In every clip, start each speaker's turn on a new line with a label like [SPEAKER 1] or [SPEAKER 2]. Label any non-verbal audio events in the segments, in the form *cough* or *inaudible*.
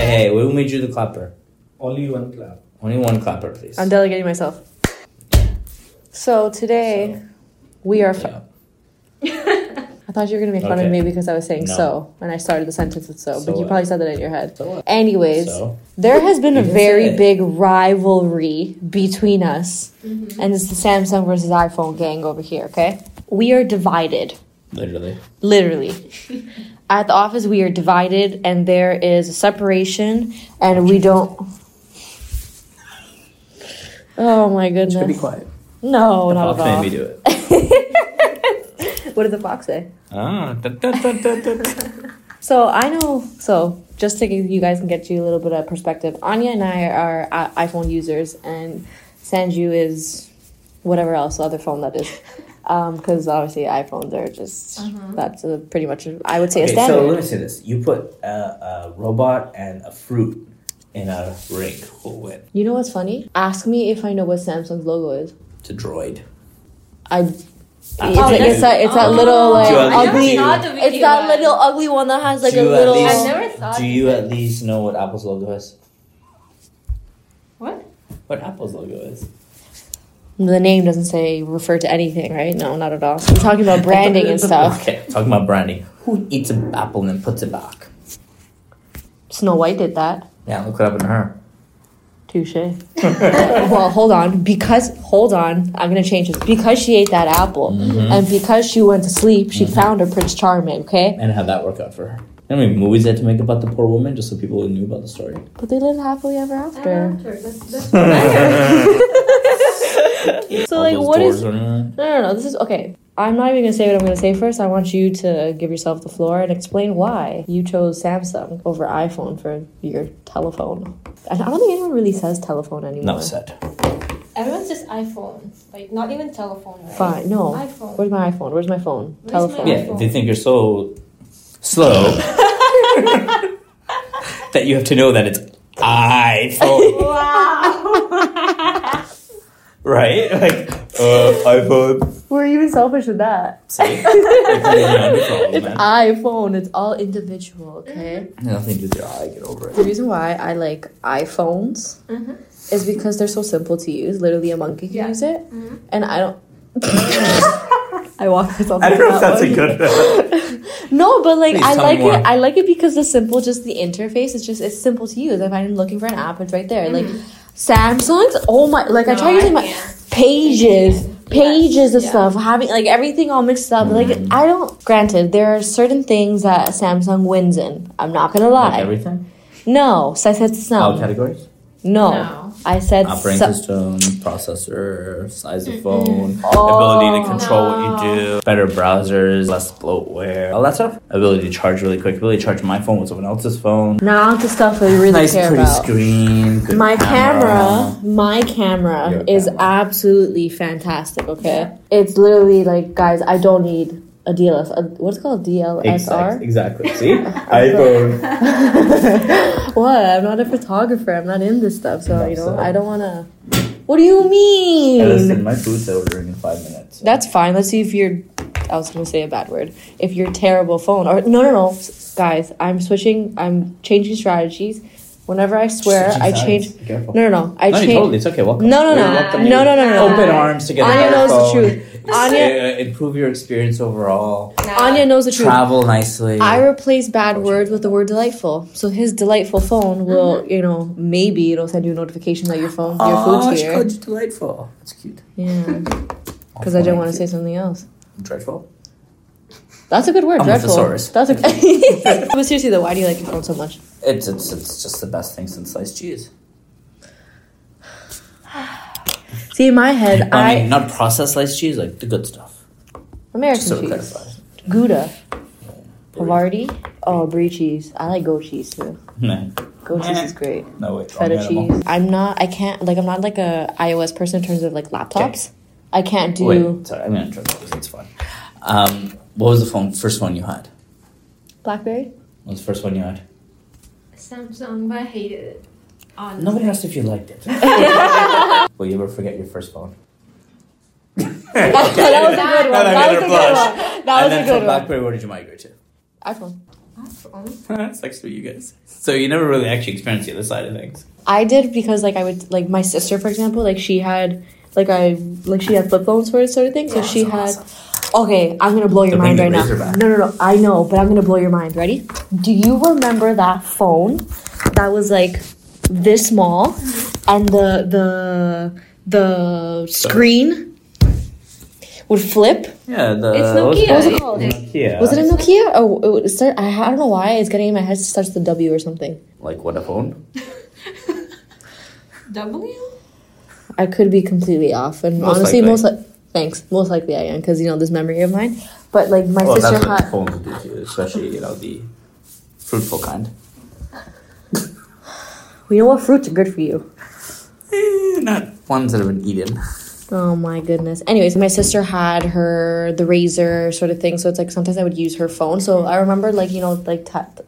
[SPEAKER 1] made you the clapper?
[SPEAKER 2] Only one clap.
[SPEAKER 1] Only one clapper, please.
[SPEAKER 3] I'm delegating myself. So today we are. Fu-
[SPEAKER 1] Yeah.
[SPEAKER 3] I thought you were gonna make fun
[SPEAKER 1] Okay.
[SPEAKER 3] of me because I was saying
[SPEAKER 1] No.
[SPEAKER 3] so when I started the sentence with so,
[SPEAKER 1] So
[SPEAKER 3] but you
[SPEAKER 1] what?
[SPEAKER 3] probably said that in your head.
[SPEAKER 1] So what?
[SPEAKER 3] Anyways,
[SPEAKER 1] So,
[SPEAKER 3] there has been
[SPEAKER 1] You
[SPEAKER 3] a
[SPEAKER 1] can
[SPEAKER 3] very
[SPEAKER 1] say it.
[SPEAKER 3] big rivalry between us, and it's the Samsung versus iPhone gang over here. Okay, we are divided,
[SPEAKER 1] literally.
[SPEAKER 3] *laughs* literally. At the office, we are divided, and there is a separation, and we don't. Oh my goodness!
[SPEAKER 4] Should be quiet.
[SPEAKER 3] No, not at
[SPEAKER 1] Fox made
[SPEAKER 3] all.
[SPEAKER 1] me do it.
[SPEAKER 3] What did the fox say?
[SPEAKER 1] Ah, da, da, da, da, da, da.
[SPEAKER 3] So I know. So just to give you guys can get you a little bit of perspective, Anya and I are uh, iPhone users, and Sanju is whatever else other phone that is, because obviously iPhones are just that's a, pretty much I would say a
[SPEAKER 1] Okay,
[SPEAKER 3] standard.
[SPEAKER 1] so let me say this. You put a, a robot and a fruit in a ring. Who'll win?
[SPEAKER 3] you know what's funny? Ask me if I know what Samsung's logo is.
[SPEAKER 1] It's a droid.
[SPEAKER 3] I. It's,
[SPEAKER 1] Oh,
[SPEAKER 3] like-
[SPEAKER 1] that's-
[SPEAKER 3] it's, that, it's that little like
[SPEAKER 1] Duality.
[SPEAKER 5] I never
[SPEAKER 3] ugly.
[SPEAKER 5] saw the video.
[SPEAKER 3] It's that little ugly one that has like
[SPEAKER 1] Do
[SPEAKER 3] a
[SPEAKER 1] you at
[SPEAKER 3] little.
[SPEAKER 1] least-
[SPEAKER 5] I never saw
[SPEAKER 1] Do
[SPEAKER 5] it.
[SPEAKER 1] you at least know what Apple's logo is?
[SPEAKER 5] What?
[SPEAKER 1] What Apple's logo is?
[SPEAKER 3] The name doesn't say refer to anything, right? No, not at all. So we're talking *laughs* about branding and stuff.
[SPEAKER 1] Okay, talking about branding. Who eats an apple and then puts it back?
[SPEAKER 3] *laughs* Snow White did that.
[SPEAKER 1] Yeah, look what happened to her.
[SPEAKER 3] Touche. *laughs* well, hold on. Because, hold on. I'm going to change this. Because she ate that apple and because she went to sleep, she found her Prince Charming, okay?
[SPEAKER 1] And how that worked out for her. How many movies they had to make about the poor woman just so people knew about the story?
[SPEAKER 3] But they lived happily ever after.
[SPEAKER 1] *laughs*
[SPEAKER 5] That's, that's
[SPEAKER 3] So,
[SPEAKER 1] All
[SPEAKER 3] like,
[SPEAKER 1] those
[SPEAKER 3] what
[SPEAKER 1] doors
[SPEAKER 3] is.
[SPEAKER 1] were in
[SPEAKER 3] No, no, no. This is. Okay. I'm not even going to say what I'm going to say first. I want you to give yourself the floor and explain why you chose Samsung over iPhone for your telephone. And I don't think anyone really says telephone
[SPEAKER 1] it.
[SPEAKER 3] anymore.
[SPEAKER 1] Enough said.
[SPEAKER 5] Everyone's just iPhone. Like, not even telephone, right?
[SPEAKER 3] Fine. No.
[SPEAKER 5] iPhone.
[SPEAKER 3] Where's my iPhone? Where's my phone?
[SPEAKER 5] Where's
[SPEAKER 3] telephone.
[SPEAKER 5] my-
[SPEAKER 1] Yeah, they think you're so *laughs* slow that you have to know that it's
[SPEAKER 3] *laughs*
[SPEAKER 1] iPhone,
[SPEAKER 5] Wow.
[SPEAKER 1] *laughs* right? Like uh, iPhone.
[SPEAKER 3] We're even selfish
[SPEAKER 1] *laughs*
[SPEAKER 3] with that.
[SPEAKER 1] See,
[SPEAKER 3] *laughs*
[SPEAKER 1] Like, you know, no problem,
[SPEAKER 3] it's
[SPEAKER 1] man.
[SPEAKER 3] iPhone. It's all individual. Okay.
[SPEAKER 5] Mm-hmm.
[SPEAKER 1] Nothing to do with your eye. Get over
[SPEAKER 3] The
[SPEAKER 1] it.
[SPEAKER 3] reason why I like iPhones
[SPEAKER 5] Mhm.
[SPEAKER 3] is because they're so simple to use. Literally, a monkey can
[SPEAKER 5] Yeah.
[SPEAKER 3] use it,
[SPEAKER 5] Mhm.
[SPEAKER 3] and I
[SPEAKER 1] *laughs*
[SPEAKER 3] don't. *laughs* I walked myself.
[SPEAKER 1] I don't
[SPEAKER 3] into
[SPEAKER 1] know if
[SPEAKER 3] that
[SPEAKER 1] that's a
[SPEAKER 3] one.
[SPEAKER 1] good.
[SPEAKER 3] No, but like
[SPEAKER 1] Please
[SPEAKER 3] I
[SPEAKER 1] tell me
[SPEAKER 3] like
[SPEAKER 1] more.
[SPEAKER 3] it. I like it because the simple, just the interface. It's just it's simple to use. If I'm looking for an app, it's right there.
[SPEAKER 5] Mm-hmm.
[SPEAKER 3] Like Samsung's. Oh my! Like I
[SPEAKER 5] No,
[SPEAKER 3] try using my
[SPEAKER 5] can't.
[SPEAKER 3] pages pages of
[SPEAKER 5] Yeah.
[SPEAKER 3] stuff having like everything all mixed up like
[SPEAKER 1] Mm-hmm.
[SPEAKER 3] i don't granted there are certain things that samsung wins in i'm not gonna lie
[SPEAKER 1] Like everything.
[SPEAKER 3] no so i said some
[SPEAKER 1] All categories.
[SPEAKER 5] *laughs*
[SPEAKER 3] no.
[SPEAKER 5] No.
[SPEAKER 3] i said
[SPEAKER 1] Operating
[SPEAKER 3] some
[SPEAKER 1] system, processor, size of phone,
[SPEAKER 3] Oh.
[SPEAKER 1] ability to control what you do, better browsers, less bloatware, all that stuff. Ability to charge really quick. Ability to charge my phone with someone else's phone.
[SPEAKER 3] not the stuff I really
[SPEAKER 1] nice,
[SPEAKER 3] care
[SPEAKER 1] pretty
[SPEAKER 3] about
[SPEAKER 1] screen. Good
[SPEAKER 3] my camera, my camera
[SPEAKER 1] Your
[SPEAKER 3] is
[SPEAKER 1] camera.
[SPEAKER 3] absolutely fantastic okay it's literally like guys i don't need a DLS, a, what's it called DLSR?
[SPEAKER 1] Exactly. exactly.
[SPEAKER 3] *laughs*
[SPEAKER 1] See, iPhone.
[SPEAKER 3] What? I'm not a photographer. I'm not in this stuff. So
[SPEAKER 1] Not
[SPEAKER 3] you know,
[SPEAKER 1] so.
[SPEAKER 3] I don't wanna. What do you
[SPEAKER 1] Hey,
[SPEAKER 3] mean?
[SPEAKER 1] Listen, my food's ordering in five minutes.
[SPEAKER 3] That's fine. Let's see if you're. I was gonna say a bad word. If your terrible phone or no no no, guys, I'm switching. I'm changing strategies. Whenever I swear, I change.
[SPEAKER 1] Careful.
[SPEAKER 3] No no no, I
[SPEAKER 1] No, you
[SPEAKER 3] change.
[SPEAKER 1] totally. It's okay. Welcome.
[SPEAKER 3] No, no,
[SPEAKER 1] We're
[SPEAKER 3] no.
[SPEAKER 1] welcoming
[SPEAKER 3] No,
[SPEAKER 1] you.
[SPEAKER 3] no, no, no, no.
[SPEAKER 1] Open arms to get a
[SPEAKER 3] Anya
[SPEAKER 1] better
[SPEAKER 3] knows the
[SPEAKER 1] phone.
[SPEAKER 3] truth. Anya
[SPEAKER 1] Uh, improve your experience overall.
[SPEAKER 5] Nah.
[SPEAKER 3] Anya knows the truth.
[SPEAKER 1] Travel nicely.
[SPEAKER 3] I replace bad words with the word delightful. So his delightful phone will, you know, maybe it'll send you a notification that your phone, your food's here.
[SPEAKER 1] Oh, you delightful. That's cute.
[SPEAKER 3] Yeah, because I didn't want to say something else.
[SPEAKER 1] dreadful.
[SPEAKER 3] That's a good word.
[SPEAKER 1] I'm a
[SPEAKER 3] dreadful.
[SPEAKER 1] thesaurus.
[SPEAKER 3] That's a. *laughs* but seriously though, why do you like your phone so much?
[SPEAKER 1] It's it's it's just the best thing since sliced cheese.
[SPEAKER 3] See, in my head,
[SPEAKER 1] I mean,
[SPEAKER 3] I
[SPEAKER 1] not processed sliced cheese, like the good stuff.
[SPEAKER 3] American
[SPEAKER 1] Just so we
[SPEAKER 3] cheese,
[SPEAKER 1] clarify.
[SPEAKER 3] Gouda, Havarti. Oh, brie cheese. I like goat cheese too.
[SPEAKER 1] *laughs* No,
[SPEAKER 3] Goat cheese is great.
[SPEAKER 1] no wait. wrong
[SPEAKER 3] Feta
[SPEAKER 1] animal.
[SPEAKER 3] cheese. I'm not. I can't. Like, I'm not like a iOS person in terms of like laptops. I can't do.
[SPEAKER 1] Oh, Wait, sorry, I'm gonna try this. It's fun. Um, what was the phone? First one you had?
[SPEAKER 3] *laughs* Blackberry?
[SPEAKER 1] What was the first one you had?
[SPEAKER 5] Samsung, but I hated it. Honestly.
[SPEAKER 1] Nobody
[SPEAKER 5] *laughs*
[SPEAKER 1] asked if you liked it. *laughs* Will you ever forget your first phone?
[SPEAKER 3] *laughs* that was a good
[SPEAKER 1] *laughs*
[SPEAKER 3] one.
[SPEAKER 1] That I made
[SPEAKER 3] That was
[SPEAKER 1] her
[SPEAKER 3] a good
[SPEAKER 1] and
[SPEAKER 3] one. That
[SPEAKER 1] then
[SPEAKER 3] was a good
[SPEAKER 1] from
[SPEAKER 3] one.
[SPEAKER 1] BlackBerry, where did you migrate to?
[SPEAKER 3] iPhone.
[SPEAKER 5] iPhone.
[SPEAKER 1] *laughs* that sucks for you guys. So you never really actually experienced the other side of things.
[SPEAKER 3] I did because like I would like my sister for example like she had like I like she had flip phones for it sort of thing so
[SPEAKER 1] Yeah,
[SPEAKER 3] she had
[SPEAKER 1] that's
[SPEAKER 3] okay I'm gonna blow
[SPEAKER 1] The
[SPEAKER 3] your mind right
[SPEAKER 1] thing
[SPEAKER 3] now
[SPEAKER 1] that Razorback.
[SPEAKER 3] no no no I know but I'm gonna blow your mind ready do you remember that phone that was like this small and the the the screen would flip
[SPEAKER 1] Yeah, the
[SPEAKER 5] It's
[SPEAKER 1] what was What
[SPEAKER 5] Nokia.
[SPEAKER 3] What was it called?
[SPEAKER 1] Nokia.
[SPEAKER 3] was it a Nokia or it would start I, I don't know why it's getting in my head it starts with W or something
[SPEAKER 1] like what a phone?
[SPEAKER 5] W?
[SPEAKER 3] I could be completely off, and
[SPEAKER 1] Most
[SPEAKER 3] honestly,
[SPEAKER 1] likely.
[SPEAKER 3] most li- thanks, most likely I am because you know this memory of mine. But like my
[SPEAKER 1] Well, that's
[SPEAKER 3] sister
[SPEAKER 1] what
[SPEAKER 3] had,
[SPEAKER 1] phones do to you, especially you know the fruitful kind.
[SPEAKER 3] we know what fruits are good for you.
[SPEAKER 1] Eh, not ones that have been eaten.
[SPEAKER 3] Oh my goodness. Anyways, my sister had her the razor sort of thing, so it's like sometimes I would use her phone. So I remember like you know like t-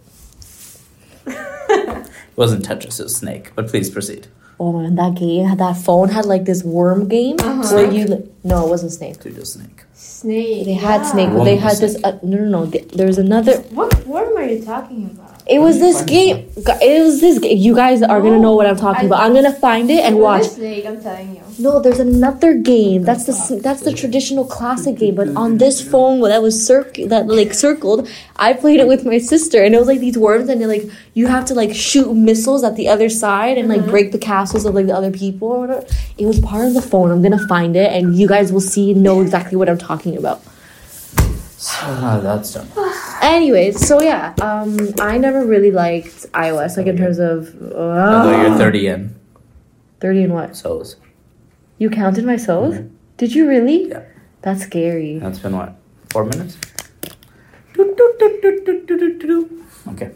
[SPEAKER 1] It wasn't Tetris, it was Snake. But please proceed.
[SPEAKER 3] oh man that game that phone had like this worm game
[SPEAKER 5] Uh-huh.
[SPEAKER 3] where you li- no it wasn't snake.
[SPEAKER 1] To do *sighs* Snake.
[SPEAKER 5] Snake.
[SPEAKER 3] They had
[SPEAKER 5] yeah.
[SPEAKER 3] snake, but they
[SPEAKER 1] Worm
[SPEAKER 3] had this. Uh, no, no, no. th- There was another.
[SPEAKER 5] What worm are you talking about?
[SPEAKER 3] It was
[SPEAKER 1] Let me
[SPEAKER 3] this
[SPEAKER 1] find
[SPEAKER 3] game. gu- It was this. Ga- you guys are gonna
[SPEAKER 5] No,
[SPEAKER 3] know what I'm talking
[SPEAKER 5] I-
[SPEAKER 3] about. I'm gonna find it and
[SPEAKER 5] It was
[SPEAKER 3] watch.
[SPEAKER 5] Snake, I'm telling you.
[SPEAKER 3] No, there's another game. That's the s- that's the traditional classic game, but on this phone that was circ that like circled, I played it with my sister, and it was like these worms, and they're like you have to like shoot missiles at the other side and like break the castles of like the other people or whatever. It was part of the phone. I'm gonna find it, and you guys will see and know exactly what I'm talking about.
[SPEAKER 1] So now Ah, that's done.
[SPEAKER 3] Anyways, so yeah, um, I never really liked iOS like in terms of
[SPEAKER 1] Although
[SPEAKER 3] uh,
[SPEAKER 1] you're 30 in,
[SPEAKER 3] thirty and what?
[SPEAKER 1] so
[SPEAKER 3] You counted my souls? Did you really?
[SPEAKER 1] Yeah.
[SPEAKER 3] That's scary.
[SPEAKER 1] that's been what? Four minutes? Doot, doot, doot, doot, doot, doot, doot, doot. Okay.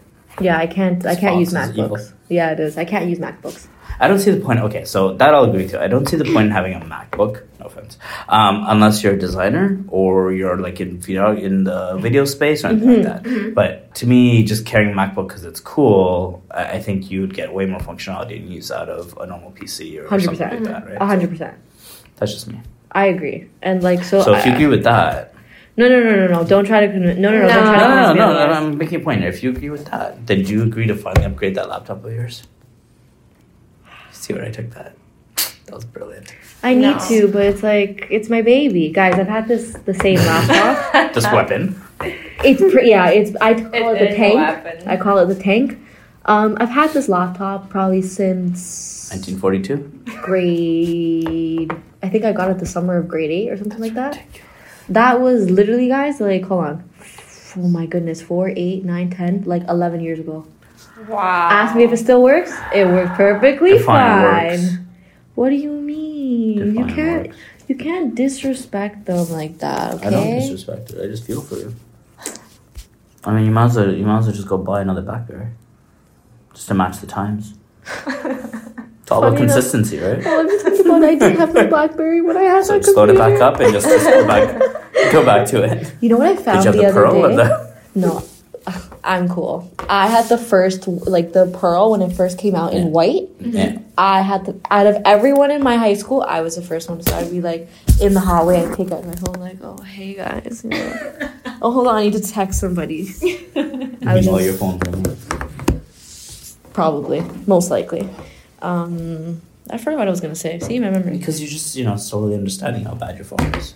[SPEAKER 3] Yeah, I can't. I
[SPEAKER 1] This
[SPEAKER 3] can't use
[SPEAKER 1] box is evil.
[SPEAKER 3] MacBooks. Yeah, it is. I can't use MacBooks.
[SPEAKER 1] I don't see the point. Okay, so that I'll agree to. I don't see the point in having a MacBook. No offense, um, unless you're a designer or you're like in you know, in the video space or
[SPEAKER 3] Mm-hmm,
[SPEAKER 1] anything like that. But to me, just carrying a MacBook because it's cool, I, I think you'd get way more functionality and use out of a normal PC or something
[SPEAKER 3] 100%.
[SPEAKER 1] like that. Right?
[SPEAKER 3] A hundred percent. Uh-huh.
[SPEAKER 1] That's just me.
[SPEAKER 3] I agree. And like so.
[SPEAKER 1] So if you
[SPEAKER 3] I-
[SPEAKER 1] agree with that,
[SPEAKER 3] no, no, no, no, no. Don't try to convince. No, no, no. Don't
[SPEAKER 5] No.
[SPEAKER 3] try
[SPEAKER 1] no,
[SPEAKER 3] to
[SPEAKER 1] no, no,
[SPEAKER 3] convince me
[SPEAKER 1] no,
[SPEAKER 3] otherwise.
[SPEAKER 1] I'm making a point here. If you agree with that, then do you agree to finally upgrade that laptop of yours? See where I took that? That was brilliant.
[SPEAKER 3] I need
[SPEAKER 5] No.
[SPEAKER 3] to, but it's like it's my baby, guys. I've had this the
[SPEAKER 5] *laughs*
[SPEAKER 3] same laptop. *laughs*
[SPEAKER 1] This weapon.
[SPEAKER 3] it's pre- yeah. It's I call it, the tank.
[SPEAKER 5] Weapon.
[SPEAKER 3] I call it the tank. Um, I've had this laptop probably since
[SPEAKER 1] 1942.
[SPEAKER 3] grade. I think I got it the summer of grade eight or something like that. That was literally, guys, like, hold on. Oh my goodness, four, eight, nine, ten, like 11 years ago.
[SPEAKER 5] wow.
[SPEAKER 3] Ask me if it still works. It worked perfectly
[SPEAKER 1] Define
[SPEAKER 3] fine.
[SPEAKER 1] works.
[SPEAKER 3] What do you mean? you
[SPEAKER 1] Define
[SPEAKER 3] can't.
[SPEAKER 1] works.
[SPEAKER 3] You can't disrespect them like that, okay?
[SPEAKER 1] I don't disrespect it. I just feel for you. I mean, you might as well, you might as well just go buy another backpack, just to match the *laughs* times. It's all about
[SPEAKER 3] Funny enough-
[SPEAKER 1] consistency, right?
[SPEAKER 3] Well, Oh, I'm just thinking about I did have the BlackBerry when I had
[SPEAKER 1] So
[SPEAKER 3] that
[SPEAKER 1] just load it
[SPEAKER 3] computer.
[SPEAKER 1] back up and just, just go back, go back to it.
[SPEAKER 3] You know what I found
[SPEAKER 1] Did you have
[SPEAKER 3] the,
[SPEAKER 1] the,
[SPEAKER 3] other
[SPEAKER 1] pearl
[SPEAKER 3] day?
[SPEAKER 1] or the?
[SPEAKER 3] No, I'm cool. I had the first, like the pearl when it first came out
[SPEAKER 1] Yeah.
[SPEAKER 3] in white.
[SPEAKER 1] Yeah.
[SPEAKER 3] I had the out of everyone in my high school, I was the first one. So I'd be like in the hallway, I'd take out my phone, like, oh hey guys, you know. *laughs* oh hold on, I need to text somebody. *laughs* I was
[SPEAKER 1] Ignore
[SPEAKER 3] just-
[SPEAKER 1] your phone for me.
[SPEAKER 3] Probably, most likely. Um, I forgot what I was gonna say. See my memory.
[SPEAKER 1] Because you're just, you know, slowly understanding how bad your phone is.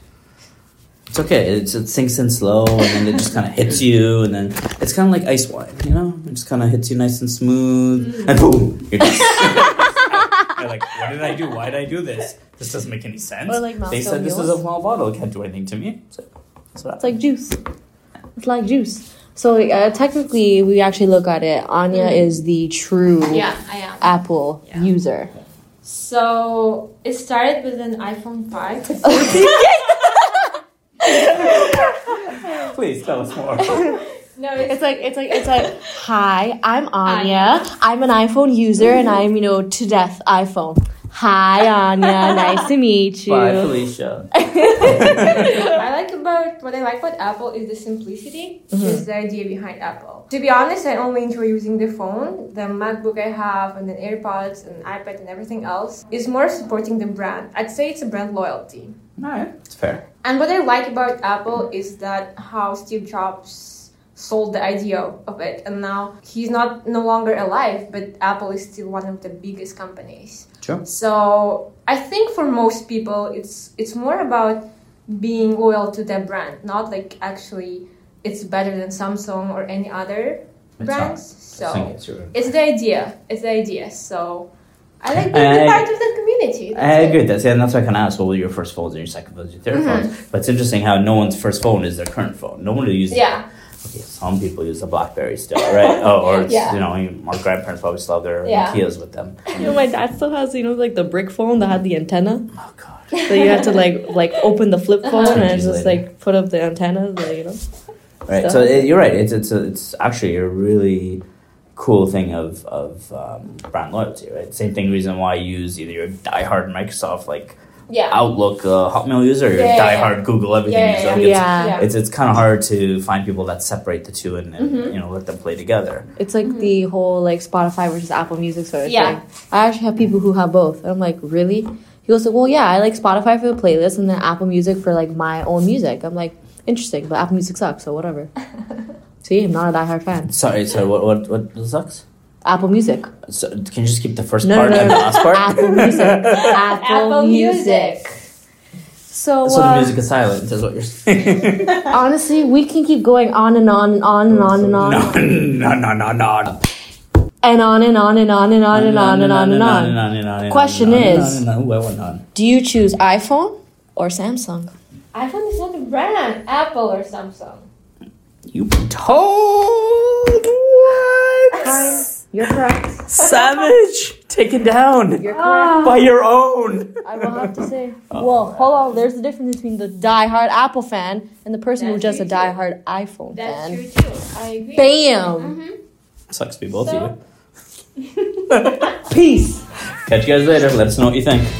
[SPEAKER 1] It's okay. It's, it sinks in slow, and then it just kind of hits you, and then it's kind of like ice wine, you know? It just kind of hits you nice and smooth, and boom, you're just. you're like, what did I do? Why did I do this? This doesn't make any sense.
[SPEAKER 3] Or like
[SPEAKER 1] they
[SPEAKER 3] Moscow
[SPEAKER 1] said this is
[SPEAKER 3] mules.
[SPEAKER 1] a small bottle. It can't do anything to me. So, so
[SPEAKER 3] It's like juice. It's like juice. So uh, technically, we actually look at it. Anya
[SPEAKER 5] Mm.
[SPEAKER 3] is the true
[SPEAKER 5] *laughs* Yeah, I am.
[SPEAKER 3] Apple
[SPEAKER 5] Yeah.
[SPEAKER 3] user. *laughs*
[SPEAKER 5] So it started with an iPhone
[SPEAKER 3] *laughs*
[SPEAKER 5] 5.
[SPEAKER 1] please tell us
[SPEAKER 3] *laughs*
[SPEAKER 1] more.
[SPEAKER 5] No, it's,
[SPEAKER 3] It's like it's like it's *laughs* like hi, I'm Anya. I'm an iPhone user and I'm, you know, to death iPhone. Hi *laughs* Anya, nice to meet you.
[SPEAKER 1] Bye,
[SPEAKER 3] *laughs*
[SPEAKER 1] Felicia.
[SPEAKER 5] *laughs* I like about what I like about Apple is the simplicity,
[SPEAKER 3] Mm-hmm.
[SPEAKER 5] is the idea behind Apple. To be honest, I only enjoy using the phone, the MacBook I have, and the AirPods and iPad and everything else is more supporting the brand. I'd say it's a brand loyalty.
[SPEAKER 1] All right, it's fair.
[SPEAKER 5] And what I like about Apple is that how Steve Jobs sold the idea of it, and now he's not no longer alive. But Apple is still one of the biggest companies.
[SPEAKER 1] Sure.
[SPEAKER 5] So I think for most people, it's it's more about being loyal to that brand, not like actually it's better than Samsung or any other
[SPEAKER 1] It's
[SPEAKER 5] brands.
[SPEAKER 1] not. I think
[SPEAKER 5] So
[SPEAKER 1] it's your-
[SPEAKER 5] it's the idea. It's the idea. So I like
[SPEAKER 1] And
[SPEAKER 5] being
[SPEAKER 1] I-
[SPEAKER 5] a part of that community.
[SPEAKER 1] I
[SPEAKER 5] That's it.
[SPEAKER 1] agree. That's and that's why I kind of asked, what were your first phones and your second phones, your 3rd
[SPEAKER 5] Mm-hmm.
[SPEAKER 1] phones? But it's interesting how no one's first phone is their current phone. No one will use
[SPEAKER 5] Yeah.
[SPEAKER 1] Okay, some people use a BlackBerry still,
[SPEAKER 5] *laughs*
[SPEAKER 1] right? oh, or it's,
[SPEAKER 5] Yeah.
[SPEAKER 1] you know, you- my grandparents probably still have their
[SPEAKER 5] Yeah.
[SPEAKER 1] Nokia's with them.
[SPEAKER 3] You know, my dad still has, you know, like the brick phone that had the antenna.
[SPEAKER 1] Oh God.
[SPEAKER 3] So you had to like like open the *laughs* flip phone and
[SPEAKER 1] Years
[SPEAKER 3] just
[SPEAKER 1] later.
[SPEAKER 3] like put up the antenna, like, you know.
[SPEAKER 1] Right. So
[SPEAKER 3] Stuff.
[SPEAKER 1] it, you're right. It's it's a, it's actually a really cool thing of of um, brand loyalty, right? Same thing. Reason why you use either your diehard Microsoft like
[SPEAKER 5] Yeah.
[SPEAKER 1] Outlook uh, Hotmail user or your
[SPEAKER 5] Yeah, yeah,
[SPEAKER 1] diehard Google everything user.
[SPEAKER 5] Yeah, yeah,
[SPEAKER 1] Like, It's,
[SPEAKER 5] Yeah.
[SPEAKER 1] It's, it's kind of hard to find people that separate the two and, and
[SPEAKER 3] Mm-hmm.
[SPEAKER 5] Mhm.
[SPEAKER 1] you know let them play together.
[SPEAKER 3] It's like the whole like Spotify versus Apple Music sort of
[SPEAKER 5] Yeah.
[SPEAKER 3] thing. I actually have people who have both. I'm like, really? He goes like, well, yeah, I like Spotify for the playlist and then Apple Music for like my own music. I'm like, interesting, but Apple Music sucks, so *laughs* whatever. See, I'm not a diehard fan.
[SPEAKER 1] Sorry, sorry. What what what sucks?
[SPEAKER 3] Apple
[SPEAKER 1] *laughs*
[SPEAKER 3] Music,
[SPEAKER 1] So, can you just keep the first
[SPEAKER 3] No, no,
[SPEAKER 1] part
[SPEAKER 3] no,
[SPEAKER 1] and
[SPEAKER 3] no.
[SPEAKER 1] the last part?
[SPEAKER 3] Apple Music, Apple,
[SPEAKER 5] Apple
[SPEAKER 3] Music.
[SPEAKER 5] Music.
[SPEAKER 1] *laughs*
[SPEAKER 3] So,
[SPEAKER 1] so the
[SPEAKER 3] uh,
[SPEAKER 1] music is silent, is what you're saying.
[SPEAKER 3] honestly, we can keep going on and on and on and on and on
[SPEAKER 1] *laughs* no, no, no, no, no.
[SPEAKER 3] and on and on and on and on and on and on and on. Question is-
[SPEAKER 1] No, no, well, we're not.
[SPEAKER 3] Do you choose iPhone or Samsung?
[SPEAKER 5] iPhone is not a brand. Apple or Samsung.
[SPEAKER 1] You told what?
[SPEAKER 3] You're correct.
[SPEAKER 1] Savage, taken down
[SPEAKER 3] You're correct.
[SPEAKER 1] by your own.
[SPEAKER 3] I will have to say. Well, hold on. There's a difference between the die-hard Apple fan and the person who's
[SPEAKER 5] That's
[SPEAKER 3] just a
[SPEAKER 5] true, too.
[SPEAKER 3] die-hard iPhone
[SPEAKER 5] That's
[SPEAKER 3] fan.
[SPEAKER 5] true too. I agree.
[SPEAKER 3] Bam!
[SPEAKER 5] hmm
[SPEAKER 1] Sucks to be both
[SPEAKER 5] So-
[SPEAKER 1] of you.
[SPEAKER 3] Peace.
[SPEAKER 1] Catch you guys later. Let us know what you think.